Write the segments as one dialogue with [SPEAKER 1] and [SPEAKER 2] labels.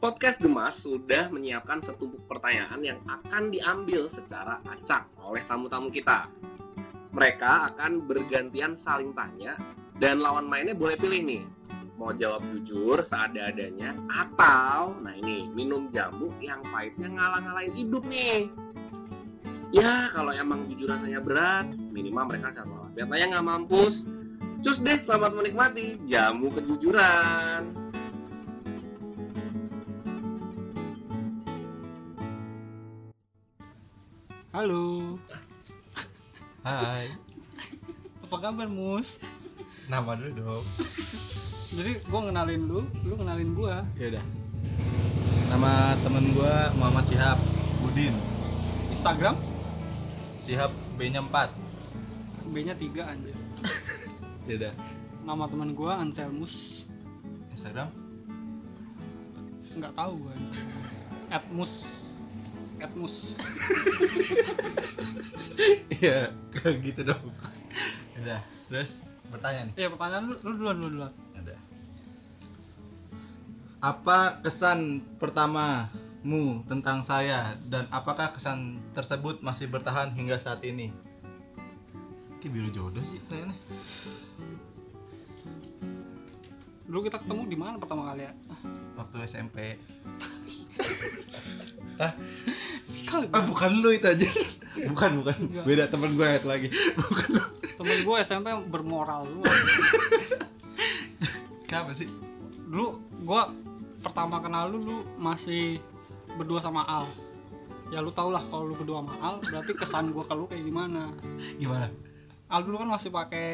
[SPEAKER 1] Podcast Gemas sudah menyiapkan setumpuk pertanyaan yang akan diambil secara acak oleh tamu-tamu kita. Mereka akan bergantian saling tanya dan lawan mainnya boleh pilih nih. Mau jawab jujur seada-adanya atau nah ini minum jamu yang pahitnya ngalah-ngalahin hidup nih. Ya kalau emang jujur rasanya berat minimal mereka satu orang. Biasanya nggak mampus. Cus deh selamat menikmati jamu kejujuran.
[SPEAKER 2] Halo,
[SPEAKER 3] Hai,
[SPEAKER 2] apa kabar Mus?
[SPEAKER 3] nama dulu dong.
[SPEAKER 2] Jadi gue ngenalin lu, lu kenalin gue
[SPEAKER 3] Ya udah. Nama temen gua Muhammad Sihab Budin.
[SPEAKER 2] Instagram
[SPEAKER 3] Sihab B-nya 4.
[SPEAKER 2] B-nya 3 anjir
[SPEAKER 3] Ya udah.
[SPEAKER 2] Nama teman gue Anselmus
[SPEAKER 3] Instagram
[SPEAKER 2] Nggak tahu gue anjir Atmus Atmus
[SPEAKER 3] Iya, kayak gitu dong. Ya udah. Terus bertanya nih.
[SPEAKER 2] Ya pertanyaan lu, lu duluan, lu duluan
[SPEAKER 3] Ya udah.
[SPEAKER 4] Apa kesan pertamamu tentang saya dan apakah kesan tersebut masih bertahan hingga saat ini? Ki biru jodoh sih tanya
[SPEAKER 2] Dulu kita ketemu di mana pertama kali ya?
[SPEAKER 4] waktu SMP.
[SPEAKER 2] Kali
[SPEAKER 4] Ah bukan lu itu aja. Bukan bukan.
[SPEAKER 2] Enggak.
[SPEAKER 4] Beda teman gue yang itu lagi.
[SPEAKER 2] Temen gue SMP bermoral lu
[SPEAKER 4] Kenapa sih?
[SPEAKER 2] Dulu gue pertama kenal lu, lu masih berdua sama Al Ya lu tau lah kalau lu berdua sama Al Berarti kesan gue ke lu kayak gimana
[SPEAKER 4] Gimana?
[SPEAKER 2] Al dulu kan masih pakai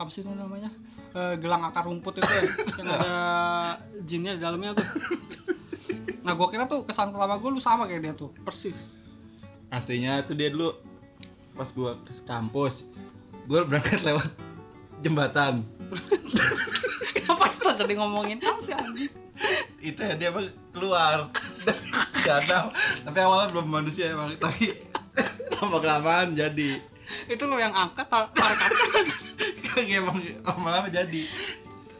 [SPEAKER 2] apa sih itu namanya Eh, gelang akar rumput itu ya yang ada jinnya di dalamnya tuh nah gua kira tuh kesan pertama gue lu sama kayak dia tuh persis
[SPEAKER 4] Aslinya itu dia dulu pas gue ke kampus gue berangkat lewat jembatan
[SPEAKER 2] kenapa kita jadi ngomongin Al sih anjing
[SPEAKER 4] itu ya dia emang keluar dari danau tapi awalnya belum manusia emang tapi lama kelamaan jadi
[SPEAKER 2] itu lu yang angkat tar- tarik angkat.
[SPEAKER 4] Kagak, Kan emang lama lama jadi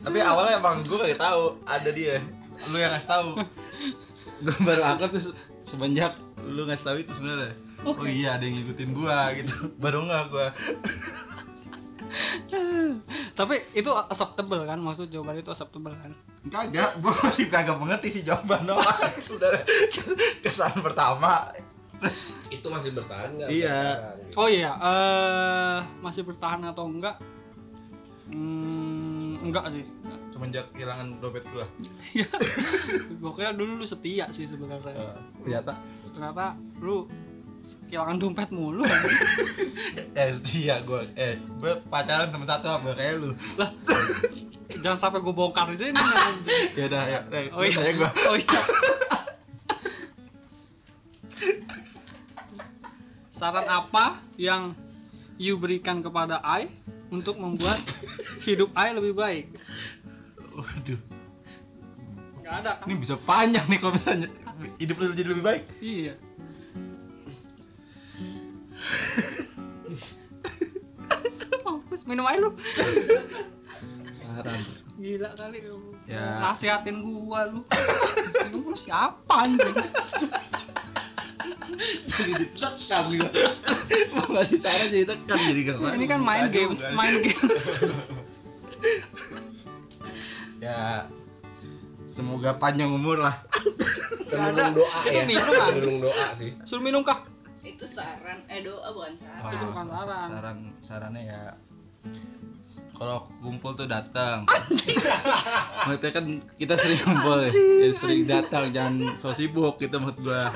[SPEAKER 4] tapi awalnya emang gue gak tahu ada dia lu yang ngasih tahu gue baru akrab terus semenjak lu ngasih tahu itu sebenarnya oh iya ada yang ngikutin gua gitu baru nggak gua
[SPEAKER 2] tapi itu acceptable kan maksud jawaban itu acceptable kan
[SPEAKER 4] kagak gua masih kagak mengerti sih jawaban doang sebenarnya kesan pertama
[SPEAKER 1] Itu masih bertahan nggak?
[SPEAKER 4] Iya.
[SPEAKER 2] oh iya eh masih bertahan atau enggak hmm, enggak sih
[SPEAKER 4] semenjak kehilangan dompet gua
[SPEAKER 2] gue kira dulu lu setia sih sebenarnya
[SPEAKER 1] Iya.
[SPEAKER 4] ternyata
[SPEAKER 2] ternyata lu kehilangan dompet mulu
[SPEAKER 4] SD ya gue eh gue pacaran sama satu apa kayak lu
[SPEAKER 2] jangan sampai gue bongkar di sini anjing.
[SPEAKER 4] ya udah ya eh,
[SPEAKER 2] Oh iya.
[SPEAKER 4] tanya gue
[SPEAKER 2] oh iya saran apa yang you berikan kepada I untuk membuat hidup I lebih baik
[SPEAKER 4] waduh
[SPEAKER 2] nggak ada kan
[SPEAKER 4] ini bisa panjang nih kalau misalnya hidup lu jadi lebih baik
[SPEAKER 2] iya Mampus, minum air lu
[SPEAKER 4] saran
[SPEAKER 2] Gila kali lu.
[SPEAKER 4] Ya.
[SPEAKER 2] Nasihatin gua lu. lu siapa anjing?
[SPEAKER 4] jadi ditekan gitu mau ngasih saran jadi tekan jadi gerak
[SPEAKER 2] Ini kan main
[SPEAKER 4] Aduh,
[SPEAKER 2] games,
[SPEAKER 4] nggak ada.
[SPEAKER 2] main games.
[SPEAKER 4] ya semoga panjang umur lah
[SPEAKER 1] Tenung doa
[SPEAKER 2] Itu
[SPEAKER 1] ya.
[SPEAKER 2] minum kan?
[SPEAKER 1] Tenung doa sih.
[SPEAKER 2] Suruh minum kah?
[SPEAKER 5] itu saran eh doa bukan saran
[SPEAKER 2] itu bukan saran.
[SPEAKER 4] saran sarannya ya kalau kumpul tuh datang maksudnya kan kita sering kumpul ya Jadi sering datang jangan so sibuk gitu menurut gua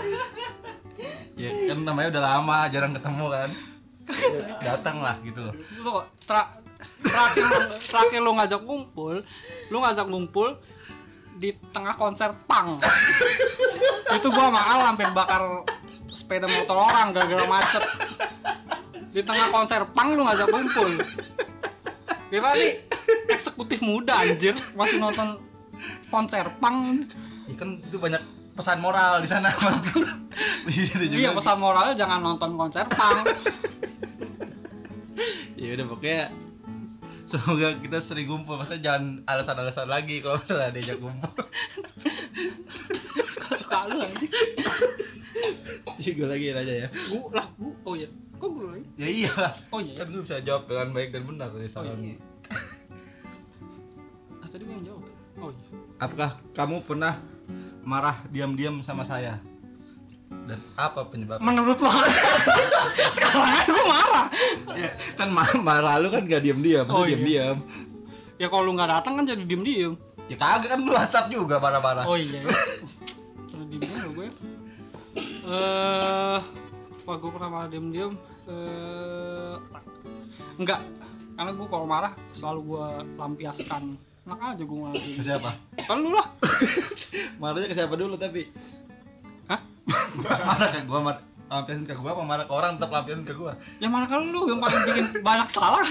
[SPEAKER 4] ya kan namanya udah lama jarang ketemu kan datang lah gitu loh
[SPEAKER 2] Lu kok tra- terakhir terakhir lu ngajak ngumpul, lu ngajak ngumpul di tengah konser pang. Itu gua sama Al hampir bakar sepeda motor orang gara-gara macet. Di tengah konser pang lu ngajak ngumpul. Kira nih eksekutif muda anjir masih nonton konser pang.
[SPEAKER 4] ya kan itu banyak pesan moral di sana menurut gua. Di situ juga
[SPEAKER 2] Iya pesan moralnya jangan nonton konser pang.
[SPEAKER 4] ya udah pokoknya semoga kita sering kumpul maksudnya jangan alasan-alasan lagi kalau misalnya diajak kumpul
[SPEAKER 2] lupa lu anjing.
[SPEAKER 4] gue lagi aja ya
[SPEAKER 2] Gu lah, gu. Oh iya. Kok gue lagi?
[SPEAKER 3] ya iya
[SPEAKER 2] Oh iya.
[SPEAKER 4] kan lu bisa jawab dengan baik dan benar dari saran
[SPEAKER 2] iya. Ah, tadi gue yang jawab. Oh iya.
[SPEAKER 4] apakah kamu pernah marah diam-diam sama saya dan apa penyebabnya
[SPEAKER 2] Menurut lo Sekarang aja gue marah.
[SPEAKER 4] kan ma- marah lu kan gak diam-diam
[SPEAKER 2] Oh,
[SPEAKER 4] lu
[SPEAKER 2] iya.
[SPEAKER 4] diam-diam
[SPEAKER 2] Ya kalau lu nggak datang kan jadi diem-diem.
[SPEAKER 4] ya kagak kan lu WhatsApp juga marah-marah
[SPEAKER 2] Oh iya. Pernah diem diem gue. ya. Eh, wah gue pernah marah diem diem. Eh, enggak. Karena gue kalau marah selalu gue lampiaskan. Enak aja gue marah
[SPEAKER 4] ke siapa
[SPEAKER 2] Kan lu lah.
[SPEAKER 4] marahnya ke siapa dulu tapi
[SPEAKER 2] iya. Hah?
[SPEAKER 4] marah ke gua marah lampiasin ke gua apa marah ke orang tetap lampiasin ke gua
[SPEAKER 2] Yang mana kalau lu yang paling bikin banyak salah.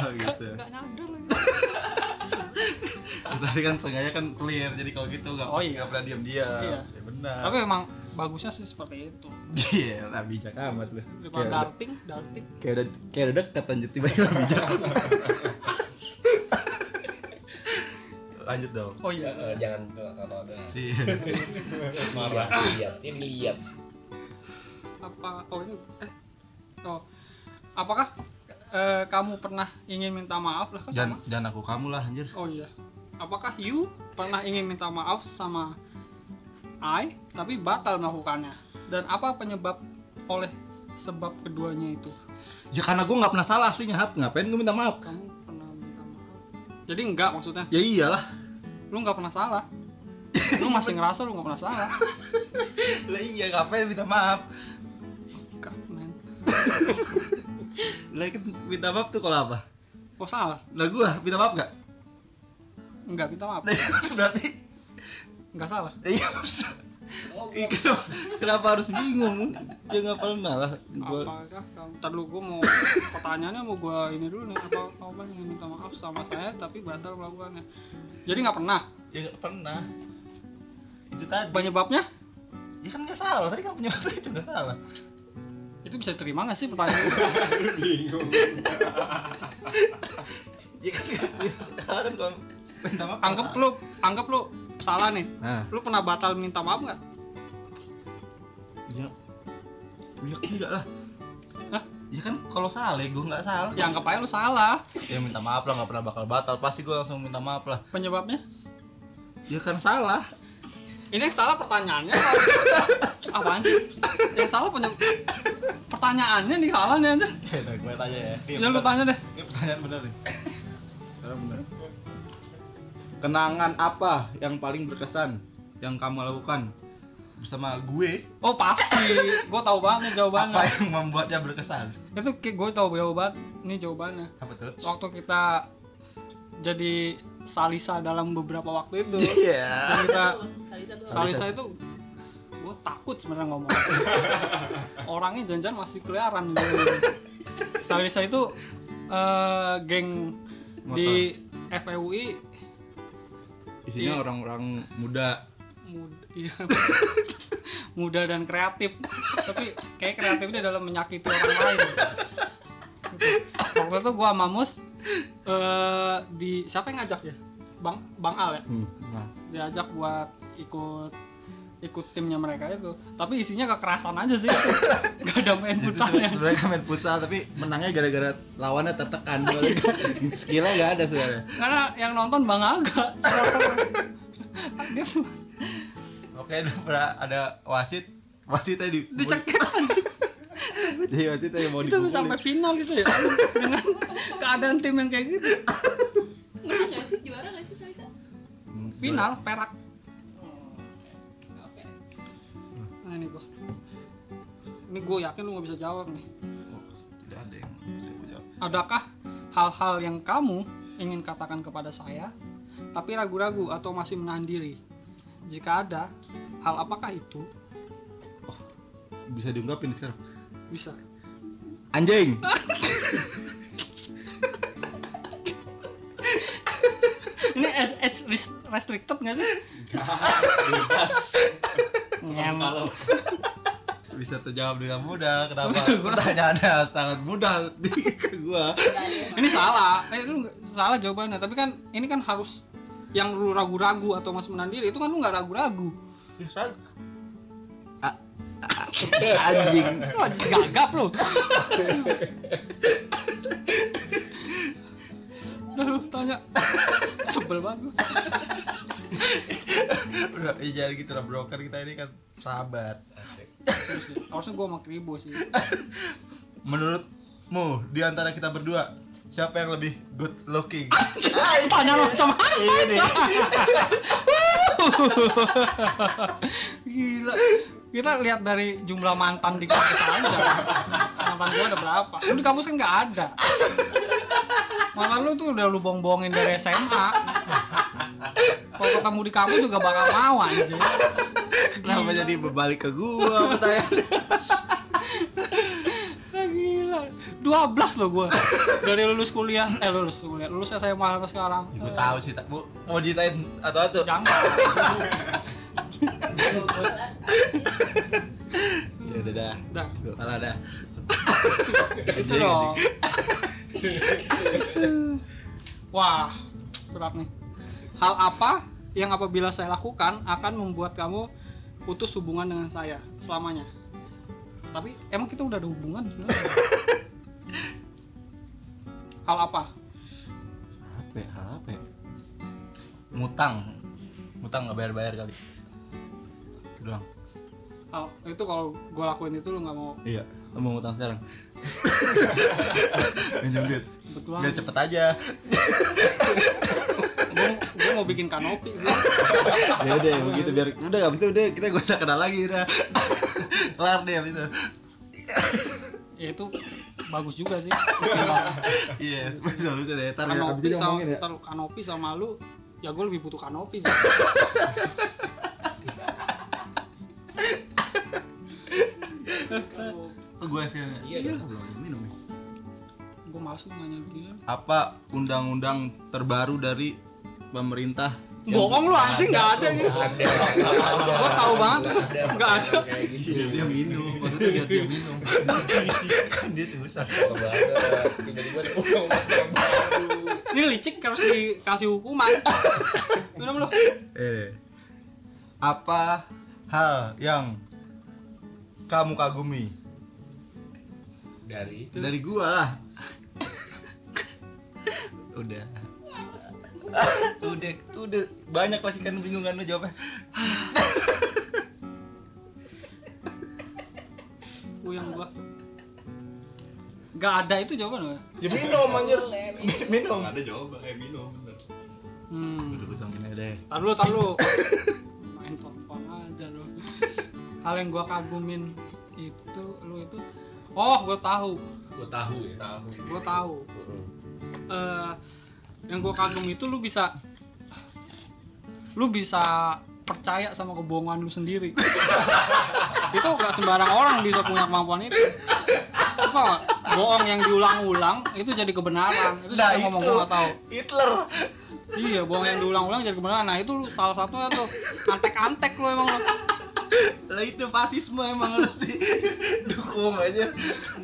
[SPEAKER 4] oh gitu
[SPEAKER 2] Enggak nyadar lagi.
[SPEAKER 4] tapi kan sengaja kan clear jadi kalau gitu nggak
[SPEAKER 2] Oh, iya.
[SPEAKER 4] nggak pernah diam-diam
[SPEAKER 2] Iya.
[SPEAKER 4] ya benar
[SPEAKER 2] Tapi emang bagusnya sih seperti itu.
[SPEAKER 4] Iya, lah bijak amat lu.
[SPEAKER 2] Daripada
[SPEAKER 4] Kayak udah,
[SPEAKER 2] Iya, darting, darting.
[SPEAKER 4] kayak udah kayak udah deket lanjut tiba-tiba bijak. lanjut dong.
[SPEAKER 2] Oh iya.
[SPEAKER 6] Eh, jangan kata doang
[SPEAKER 4] Si
[SPEAKER 6] marah lihat ini lihat
[SPEAKER 2] apa oh ini eh oh apakah eh, kamu pernah ingin minta maaf lah kan
[SPEAKER 4] dan
[SPEAKER 2] sama?
[SPEAKER 4] dan aku kamu lah anjir.
[SPEAKER 2] oh iya apakah you pernah ingin minta maaf sama I tapi batal melakukannya dan apa penyebab oleh sebab keduanya itu
[SPEAKER 4] Ya karena gua nggak pernah salah aslinya hap ngapain gua minta maaf?
[SPEAKER 2] kamu pernah minta maaf jadi enggak maksudnya
[SPEAKER 4] Ya iyalah.
[SPEAKER 2] lu nggak pernah salah lu masih ngerasa lu nggak pernah salah
[SPEAKER 4] Lah iya ngapain minta maaf?
[SPEAKER 2] enggak men
[SPEAKER 4] Lah kan minta maaf tuh kalau apa?
[SPEAKER 2] kok Oh, salah
[SPEAKER 4] Lah gua minta maaf nggak?
[SPEAKER 2] enggak minta maaf
[SPEAKER 4] Lah iya, berarti
[SPEAKER 2] enggak salah
[SPEAKER 4] iya. kenapa, kenapa harus bingung? Ya nggak pernah lah. Gua
[SPEAKER 2] apakah kamu ntar dulu gue mau pertanyaannya mau gue ini dulu nih apa kamu ingin minta maaf sama saya tapi batal melakukannya jadi nggak pernah
[SPEAKER 4] ya nggak pernah. Itu tadi.
[SPEAKER 2] penyebabnya
[SPEAKER 4] Ya kan nggak salah, tadi kan penyebab itu nggak salah.
[SPEAKER 2] itu bisa terima nggak sih pertanyaan itu?
[SPEAKER 4] Ya kan nggak salah kan kalau minta maaf.
[SPEAKER 2] anggap lu anggap lu salah nih
[SPEAKER 4] Nah,
[SPEAKER 2] lu pernah batal minta maaf nggak
[SPEAKER 4] ya, ya enggak lah.
[SPEAKER 2] Hah?
[SPEAKER 4] Ya kan kalau salah, gue nggak salah.
[SPEAKER 2] ya anggap aja lu salah
[SPEAKER 4] Ya minta maaf lah, nggak pernah bakal batal. Pasti gue langsung minta maaf lah.
[SPEAKER 2] penyebabnya
[SPEAKER 4] Ya kan salah.
[SPEAKER 2] ini yang salah pertanyaannya apa- apaan sih yang salah penyebab pertanyaannya nih salah nih anjir
[SPEAKER 4] Ya udah, gue tanya ya. Ini,
[SPEAKER 2] ya lu
[SPEAKER 4] pertanyaan-
[SPEAKER 2] tanya deh
[SPEAKER 4] ini pertanyaan bener nih. Sekarang bener. Kenangan apa yang paling berkesan yang kamu lakukan bersama gue?
[SPEAKER 2] oh pasti gue tahu banget nih
[SPEAKER 4] Apa
[SPEAKER 2] jawabannya
[SPEAKER 4] yang membuatnya berkesan?
[SPEAKER 2] itu gue tahu jawaban nih jawabannya
[SPEAKER 4] Apa tuh?
[SPEAKER 2] waktu kita jadi salisa dalam beberapa waktu itu
[SPEAKER 4] Iya.
[SPEAKER 2] cerita
[SPEAKER 5] Salisa doang.
[SPEAKER 2] salisa itu gue takut sebenarnya ngomong orangnya janjian masih keliaran gitu. salisa itu eh, geng di FEUI
[SPEAKER 4] Isinya
[SPEAKER 2] Iya.
[SPEAKER 4] orang-orang muda
[SPEAKER 2] muda, iya, muda dan kreatif tapi kayak kreatifnya dalam menyakiti orang lain waktu itu gua sama Mus eh, di siapa yang ngajak ya bang bang Al ya
[SPEAKER 4] Hmm. Nah,
[SPEAKER 2] diajak buat ikut ikut timnya mereka itu tapi isinya kekerasan aja sih nggak ada main
[SPEAKER 4] Itu
[SPEAKER 2] futsalnya
[SPEAKER 4] sebenarnya kan main futsal tapi menangnya gara-gara lawannya tertekan. Skillnya nggak ada sebenarnya.
[SPEAKER 2] karena yang nonton bang Aga supporter. dia
[SPEAKER 4] Oke, udah pernah ada wasit wasit tadi
[SPEAKER 2] dicekik anjing.
[SPEAKER 4] Jadi wasit tadi Iya, mau
[SPEAKER 2] itu sampai
[SPEAKER 4] dipukulin.
[SPEAKER 2] final gitu ya dengan keadaan tim yang kayak gitu
[SPEAKER 5] Menang Iya nggak sih juara nggak sih Salisa?
[SPEAKER 2] final perak
[SPEAKER 5] Oke.
[SPEAKER 2] nah ini gua ini gue yakin lu nggak bisa jawab nih
[SPEAKER 4] Tidak ada yang bisa gue jawab.
[SPEAKER 2] adakah hal-hal yang kamu ingin katakan kepada saya tapi ragu-ragu atau masih menahan diri jika ada hal apakah itu
[SPEAKER 4] Bisa diungkapin sekarang.
[SPEAKER 2] bisa
[SPEAKER 4] Anjing.
[SPEAKER 2] ini age- age res- restricted nggak sih bebas
[SPEAKER 4] Bisa terjawab dengan mudah. Kenapa? Pertanyaannya sangat mudah di ke gua.
[SPEAKER 5] Nggak ada yang
[SPEAKER 2] ini salah eh lu nggak- salah jawabannya tapi kan ini kan harus yang lu ragu-ragu atau masih menahan diri itu kan lu nggak ragu-ragu
[SPEAKER 5] anjing
[SPEAKER 2] Lu anjing gagap lu. Udah lu tanya. Sebel banget lu.
[SPEAKER 4] udah iya, jangan gitu lah broker kita ini kan sahabat
[SPEAKER 6] Asik.
[SPEAKER 2] Serius deh. Harusnya gua sama Kribo sih.
[SPEAKER 4] menurutmu di antara kita berdua siapa yang lebih good looking
[SPEAKER 2] Tanya lu sama
[SPEAKER 4] ini
[SPEAKER 2] Gila. Kita lihat dari jumlah mantan di kampus aja. Mantan gua ada berapa? Lu di kampus kan nggak ada. Mantan lu tuh udah lu bohong-bohongin dari SMA. Kalau ketemu di kampus juga bakal mau anjing.
[SPEAKER 5] kenapa
[SPEAKER 2] Gila.
[SPEAKER 5] jadi berbalik ke gua pertanyaan
[SPEAKER 2] Ah, Gila. 12 loh gua. Dari lulus kuliah, eh lulus kuliah, lulus SMA sampai sekarang. Eh,
[SPEAKER 4] ibu Ya, tahu sih tak mau mau ceritain atau atau
[SPEAKER 2] Jangan.
[SPEAKER 5] ya udah dah
[SPEAKER 2] Dah,
[SPEAKER 5] gua kalah dah Gitu
[SPEAKER 2] itu Nah, gitu
[SPEAKER 4] Iya,
[SPEAKER 2] dong. Wah, berat nih. Hal apa yang apabila saya lakukan akan membuat kamu putus hubungan dengan saya selamanya? Tapi emang kita udah ada hubungan sebenarnya? Hal apa?
[SPEAKER 5] apa ya hal apa ya
[SPEAKER 4] mutang mutang nggak bayar bayar kali itu doang
[SPEAKER 2] Hal itu kalau gue lakuin itu lu nggak mau
[SPEAKER 5] iya lu mau ngutang sekarang
[SPEAKER 4] minjem duit
[SPEAKER 2] betul
[SPEAKER 4] biar cepet aja
[SPEAKER 2] gue mau bikin kanopi sih
[SPEAKER 5] ya udah begitu biar udah abis itu udah kita gak usah kenal lagi udah
[SPEAKER 4] kelar deh abis itu
[SPEAKER 2] ya itu bagus juga sih
[SPEAKER 4] iya bisa lu deh tar ya abis
[SPEAKER 2] kanopi
[SPEAKER 4] itu
[SPEAKER 2] sama
[SPEAKER 4] ngomongin ya
[SPEAKER 2] ntar kanopi sama lu ya gue lebih butuh kanopi sih
[SPEAKER 4] gue sih
[SPEAKER 6] Iya dong.
[SPEAKER 5] minum ya
[SPEAKER 2] gue masuk nanya gitu ya. gila
[SPEAKER 5] apa undang-undang terbaru dari pemerintah
[SPEAKER 2] bohong lu anjing nggak ada gitu
[SPEAKER 6] Ada.
[SPEAKER 2] gue tahu banget itu
[SPEAKER 6] Ada.
[SPEAKER 2] nggak ada
[SPEAKER 6] Kayak gitu.
[SPEAKER 4] Iya, dia minum, maksudnya biar dia minum. kan dia susah.
[SPEAKER 6] Suka banget. Tiba-tiba ada undang-undang yang baru.
[SPEAKER 2] ini licik harus dikasih hukuman minum lu
[SPEAKER 4] Eh, apa hal yang kamu kagumi
[SPEAKER 6] Dari
[SPEAKER 4] dari gua lah? udah. udah, udah banyak pasti kan bingung kan lu jawabnya.
[SPEAKER 2] puyeng gue nggak ada itu jawaban lu ya?
[SPEAKER 4] Ya minum anjir.
[SPEAKER 7] Boleh,
[SPEAKER 4] minum. Ada jawaban kayak minum bener.
[SPEAKER 2] hmm.
[SPEAKER 4] Udah utangin aja deh.
[SPEAKER 2] Tar dulu, tar dulu. Main telepon aja lu. Hal yang gua kagumin itu lu itu Oh, gua tahu.
[SPEAKER 6] gua tahu ya. Tahu.
[SPEAKER 2] Gua tahu. Eh yang gua kagum itu lu bisa lu bisa percaya sama kebohongan lu sendiri. itu gak sembarang orang bisa punya kemampuan itu. Lu tau nggak? bohong yang diulang-ulang itu jadi kebenaran. Itu
[SPEAKER 4] Nah,
[SPEAKER 2] nah, ngomong
[SPEAKER 4] itu.
[SPEAKER 2] gua nggak tahu.
[SPEAKER 4] Hitler.
[SPEAKER 2] Iya, bohong yang diulang-ulang jadi kebenaran. Nah, itu lu salah satunya tuh. Antek-antek lu emang lu.
[SPEAKER 4] Lah itu fasisme emang harus didukung aja.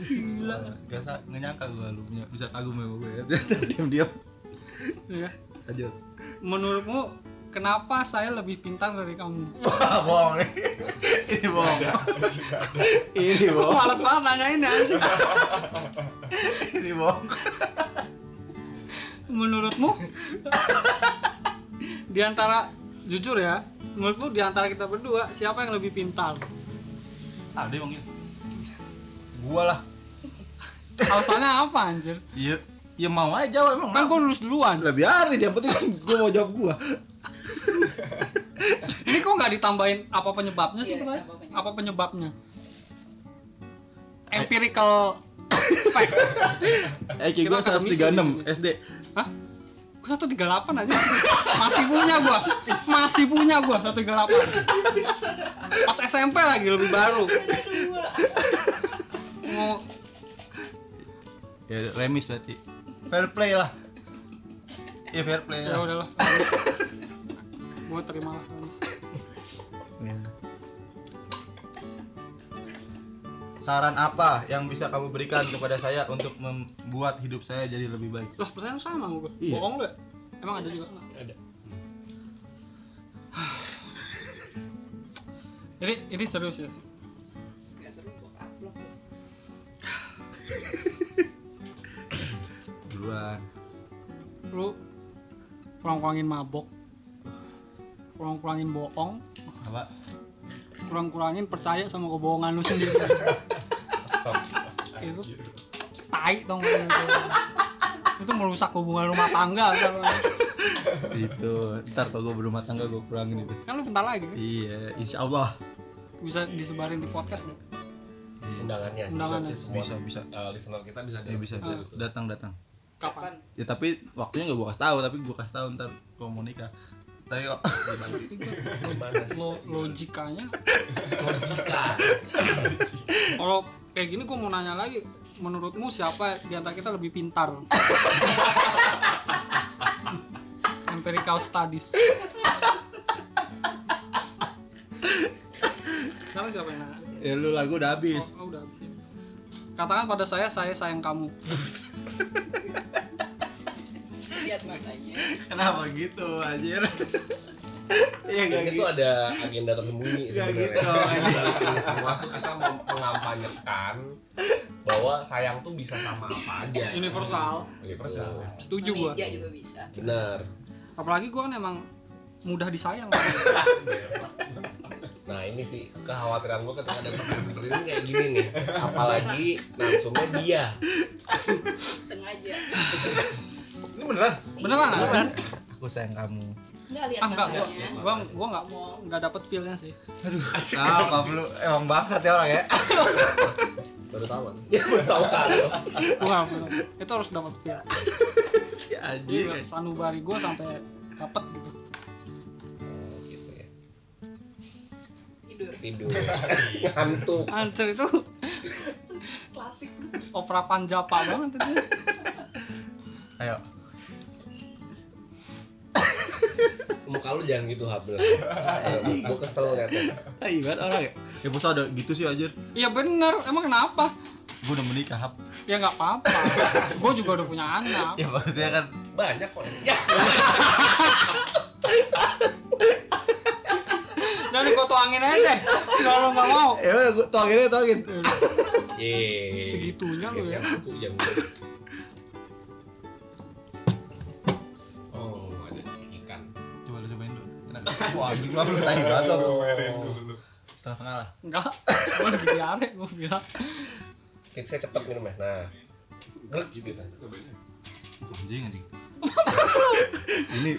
[SPEAKER 2] Gila.
[SPEAKER 4] Gak, sa- nggak nyangka gue lu punya- bisa kagum sama gue ya Diam-diam
[SPEAKER 2] Ya.
[SPEAKER 4] aja
[SPEAKER 2] Menurutmu kenapa saya lebih pintar dari kamu?
[SPEAKER 4] Wah bohong nih Ini bohong Ini
[SPEAKER 2] Gua
[SPEAKER 4] bohong
[SPEAKER 2] malas banget nanyain ya. anjing.
[SPEAKER 4] Ini bohong
[SPEAKER 2] Menurutmu di antara jujur ya, menurutmu di antara kita berdua siapa yang lebih pintar?
[SPEAKER 4] Ah dia manggil Gua lah
[SPEAKER 2] Alasannya apa anjir?
[SPEAKER 4] Iya Ya mau aja jawab emang
[SPEAKER 2] Kan gua lulus duluan.
[SPEAKER 5] lah biarin yang penting kan gua mau jawab gua
[SPEAKER 2] Ini kok nggak ditambahin apa penyebabnya sih,
[SPEAKER 7] Iya,
[SPEAKER 2] Bray?
[SPEAKER 7] apa penyebab.
[SPEAKER 2] Apa penyebabnya? Empirical fact.
[SPEAKER 5] eh
[SPEAKER 2] Kita
[SPEAKER 5] kayak gua
[SPEAKER 2] akademisi di
[SPEAKER 5] 136
[SPEAKER 2] sini.
[SPEAKER 5] SD
[SPEAKER 2] Hah? Gue 138 aja. Masih punya gua. Masih punya gua 138. Pas SMP lagi lebih baru. Mau
[SPEAKER 5] ya remis berarti
[SPEAKER 4] Fair play lah Iya fair play
[SPEAKER 2] ya
[SPEAKER 4] lah
[SPEAKER 2] udahlah. Gua terimalah.
[SPEAKER 5] ya.
[SPEAKER 4] Saran apa yang bisa kamu berikan kepada saya Untuk membuat hidup saya jadi lebih baik
[SPEAKER 2] Lah pertanyaan sama sama gua.
[SPEAKER 5] Iya.
[SPEAKER 2] Bohong lu. ya? Emang ada juga.
[SPEAKER 6] Ada.
[SPEAKER 2] Ini ini serius ya.
[SPEAKER 6] Gak seru gua kaplok.
[SPEAKER 4] duluan
[SPEAKER 2] Lu kurang-kurangin mabok. Kurang-kurangin bohong,
[SPEAKER 4] apa
[SPEAKER 2] kurang-kurangin percaya sama kebohongan lu sendiri. itu tai dong itu merusak hubungan rumah tangga
[SPEAKER 4] itu ntar kalau gue berumah tangga gue kurangin itu
[SPEAKER 2] kan lu bentar lagi kan?
[SPEAKER 4] iya insya Allah
[SPEAKER 2] bisa disebarin di podcast lu
[SPEAKER 4] Iya.
[SPEAKER 6] Undangannya.
[SPEAKER 2] Undangannya.
[SPEAKER 6] Jadi semua
[SPEAKER 4] bisa bisa
[SPEAKER 6] eh, listener kita bisa
[SPEAKER 4] ya bisa bisa datang datang
[SPEAKER 2] kapan
[SPEAKER 4] ya tapi waktunya nggak gue kasih tahu tapi gue kasih tahu ntar gue mau nikah tapi
[SPEAKER 6] Gimana sih?
[SPEAKER 2] lo logikanya
[SPEAKER 6] logika.
[SPEAKER 2] kalau kayak gini gue mau nanya lagi menurutmu siapa di antara kita lebih pintar empirical studies sekarang siapa yang nanya
[SPEAKER 4] ya lu lagu udah habis
[SPEAKER 2] Oh, oh, udah habis ya. katakan pada saya saya sayang kamu
[SPEAKER 5] Lihat matanya.
[SPEAKER 4] kenapa gitu anjir ya gak
[SPEAKER 6] Ini
[SPEAKER 4] gitu
[SPEAKER 6] tuh ada agenda tersembunyi
[SPEAKER 4] Gak
[SPEAKER 6] sebenarnya.
[SPEAKER 4] gitu.
[SPEAKER 6] Di balik Ini semua tuh kita mem- mengampanyekan bahwa sayang tuh bisa sama apa aja.
[SPEAKER 2] universal
[SPEAKER 6] Universal.
[SPEAKER 2] setuju gua
[SPEAKER 5] Meja juga bisa.
[SPEAKER 6] Benar.
[SPEAKER 2] apalagi gua kan emang mudah disayang
[SPEAKER 6] Nah ini sih kekhawatiran gue ketika ada pertanyaan seperti ini kayak gini nih Apalagi langsungnya dia
[SPEAKER 5] Sengaja.
[SPEAKER 4] ini beneran
[SPEAKER 2] beneran
[SPEAKER 5] Iya.
[SPEAKER 2] kan
[SPEAKER 4] aku sayang kamu
[SPEAKER 5] Enggak lihat
[SPEAKER 2] ah enggak enggak
[SPEAKER 5] matanya.
[SPEAKER 2] gua gua nggak nggak dapet feelnya sih
[SPEAKER 4] Nah, Pablo emang bangsat ya orang ya.
[SPEAKER 6] Baru tahu kan? Ya baru tahu kan lo
[SPEAKER 2] gua nggak belum. itu harus dapet feel
[SPEAKER 4] Si
[SPEAKER 2] jadi
[SPEAKER 4] Ya, anjing.
[SPEAKER 2] nggak- sanubari gua sampai dapet gitu
[SPEAKER 6] Gitu ya
[SPEAKER 5] Tidur.
[SPEAKER 6] Tidur Ngantuk
[SPEAKER 2] anjir itu
[SPEAKER 5] Klasik.
[SPEAKER 2] opera panjapa banget itu
[SPEAKER 4] Ayo.
[SPEAKER 6] Muka lu jangan gitu Habel Gue kesel liatnya
[SPEAKER 4] Tai banget orang ya. Ya masa ada gitu sih anjir.
[SPEAKER 2] ya bener emang kenapa
[SPEAKER 4] Gua udah menikah. Hap.
[SPEAKER 2] ya nggak apa-apa gua juga udah punya anak
[SPEAKER 4] Ya maksudnya kan
[SPEAKER 6] Banyak kok ya.
[SPEAKER 2] dan gua tuangin aja deh kalau nggak mau
[SPEAKER 4] ya udah gua tuangin aja, tuangin.
[SPEAKER 2] Ya udah,
[SPEAKER 6] Yeay
[SPEAKER 2] segitunya lu ya
[SPEAKER 6] Aku jam Oh ada ikan
[SPEAKER 4] Coba lu cobain dulu. Tenang. Wah, anjing Pablo tai banget. Om. Setengah tengah lah.
[SPEAKER 2] enggak gua lagi diare gua bilang
[SPEAKER 6] Tipsnya cepet minum ya Nah Gerg gitu
[SPEAKER 4] Anjing anjing. Ini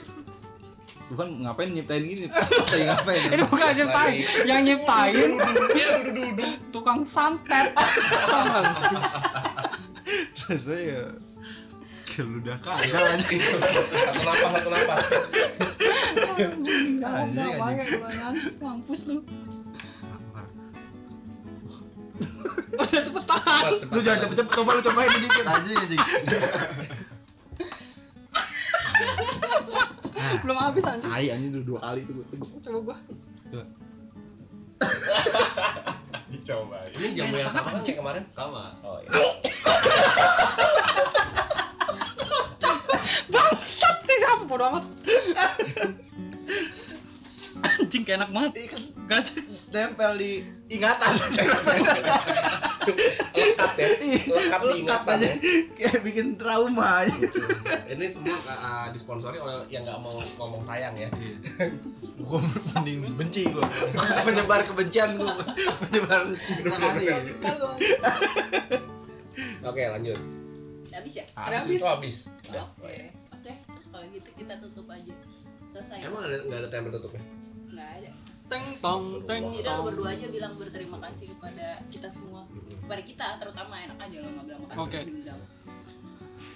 [SPEAKER 4] Bukan ngapain nyiptain gini? Tai ngapain?
[SPEAKER 2] ini bukan yang nyiptain yang nyiptain tukang santet Tau nggak lu?
[SPEAKER 4] Rasanya ya kayak lu udah kagak anjing.
[SPEAKER 6] Satu napas, satu napas
[SPEAKER 4] Anjing,
[SPEAKER 2] Nggak
[SPEAKER 4] anjing.
[SPEAKER 2] banyak kebanyakan. mampus lu udah cepetan
[SPEAKER 6] Cepat, cepat.
[SPEAKER 4] Lu jangan cepet-cepet coba lu cobain dikit anjing anjing.
[SPEAKER 2] belum habis anjing
[SPEAKER 4] Tai anjing udah dua kali tuh gua.
[SPEAKER 2] coba gua
[SPEAKER 6] Dicobain Ini jamu yang sama kan kemarin?
[SPEAKER 4] Sama.
[SPEAKER 6] Oh iya
[SPEAKER 2] bangsat nih siapa bodo amat anjing kayak enak banget
[SPEAKER 4] Iya kan?
[SPEAKER 2] gajah
[SPEAKER 4] tempel di ingatan
[SPEAKER 6] lekat ya lekat di
[SPEAKER 4] lekat
[SPEAKER 6] ingatan
[SPEAKER 4] aja
[SPEAKER 6] ya.
[SPEAKER 4] kayak bikin trauma aja
[SPEAKER 6] Gitu. ini semua uh, disponsori oleh yang nggak mau ngomong sayang ya
[SPEAKER 4] gue mending benci gue menyebar kebencian gue menyebar cinta kasih
[SPEAKER 5] Kalau
[SPEAKER 6] oke lanjut
[SPEAKER 5] habis ya?
[SPEAKER 2] Ah,
[SPEAKER 5] Ada
[SPEAKER 2] gitu.
[SPEAKER 5] habis.
[SPEAKER 6] itu habis Ah, oh, iya.
[SPEAKER 5] Oke.
[SPEAKER 6] Udah.
[SPEAKER 5] Oke. Kalau gitu kita tutup aja. Selesai.
[SPEAKER 6] emang ada nggak ada timer tutupnya
[SPEAKER 5] Enggak ada.
[SPEAKER 2] teng tong teng
[SPEAKER 5] Jadi
[SPEAKER 2] tong
[SPEAKER 5] lo berdua aja bilang berterima kasih kepada kita semua. Kepada kita terutama enak aja lo nggak bilang makasih.
[SPEAKER 2] Oke.
[SPEAKER 5] diundang.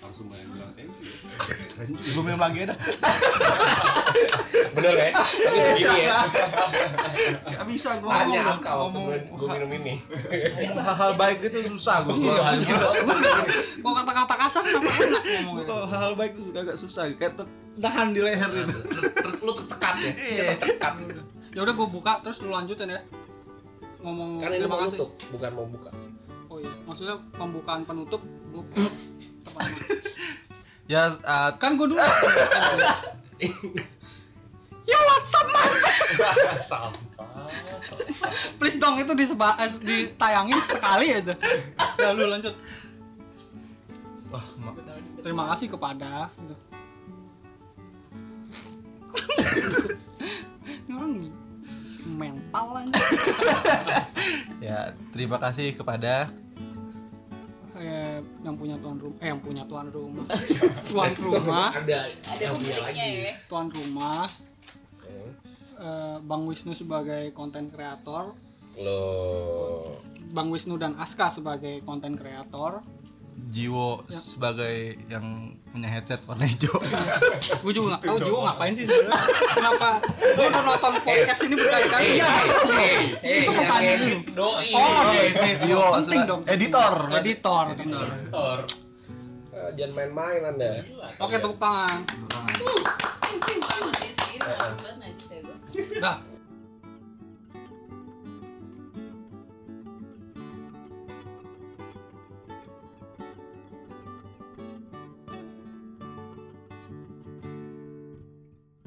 [SPEAKER 8] langsung banyak bilang thank you
[SPEAKER 4] gue minum lagi dah
[SPEAKER 6] bener kan tapi segini ya
[SPEAKER 4] gak bisa gue
[SPEAKER 6] tanya
[SPEAKER 4] Iya. ngomong
[SPEAKER 6] Aska waktu
[SPEAKER 4] ngomong
[SPEAKER 6] gue gue minum ini
[SPEAKER 4] ngomong hal-hal baik gitu susah gue
[SPEAKER 6] Iya, anjing.
[SPEAKER 2] kok kata-kata kasar kenapa enak ngomongnya
[SPEAKER 4] kalau hal baik tuh agak susah kayak ter- nahan di leher
[SPEAKER 6] Nah,
[SPEAKER 4] gitu. Iya.
[SPEAKER 6] Lu-
[SPEAKER 4] itu
[SPEAKER 6] lu- lu tercekat ya Dia tercekat
[SPEAKER 2] ya udah gua buka terus lu lanjutin ya ngomong
[SPEAKER 6] kan ini
[SPEAKER 2] terima
[SPEAKER 6] mau
[SPEAKER 2] kasih
[SPEAKER 6] tutup bukan mau buka
[SPEAKER 2] oh iya maksudnya pembukaan penutup gua Pertama.
[SPEAKER 4] ya ah,
[SPEAKER 2] kan gua dulu yo what's up man
[SPEAKER 6] sampah
[SPEAKER 2] Please dong itu diseba- eh, ditayangin sekali aja. Ya lu lanjut.
[SPEAKER 4] Wah, ma-
[SPEAKER 2] Terima kasih kepada gitu. Ini orang mental aja.
[SPEAKER 4] ya terima kasih kepada
[SPEAKER 2] Eh, yang punya tuan rumah, eh yang punya tuan rumah, tuan rumah,
[SPEAKER 6] Ada
[SPEAKER 5] Ada
[SPEAKER 6] yang punya
[SPEAKER 5] pemiliknya
[SPEAKER 6] lagi.
[SPEAKER 5] ya.
[SPEAKER 2] tuan rumah, eh, Bang Wisnu sebagai konten kreator,
[SPEAKER 6] Loh.
[SPEAKER 2] Bang Wisnu dan Aska sebagai konten kreator.
[SPEAKER 4] Jiwo
[SPEAKER 2] Ya.
[SPEAKER 4] sebagai yang punya headset warna hijau.
[SPEAKER 2] Gue juga nggak tahu Jiwo ngapain sih sebenarnya. Kenapa? Gue udah nonton podcast ini berkali-kali. Iya, terus loh. itu pertanyaan dulu.
[SPEAKER 6] Doi.
[SPEAKER 2] Oh, deh,
[SPEAKER 4] Jiwo
[SPEAKER 2] penting
[SPEAKER 4] seba-
[SPEAKER 2] dong.
[SPEAKER 4] editor.
[SPEAKER 2] Editor.
[SPEAKER 9] Tor.
[SPEAKER 6] Eh, Jangan main-main Anda.
[SPEAKER 2] Oke, tepuk tangan.
[SPEAKER 5] né, Bukan mati sendiri, harus banget najis ya gue.
[SPEAKER 2] Dah,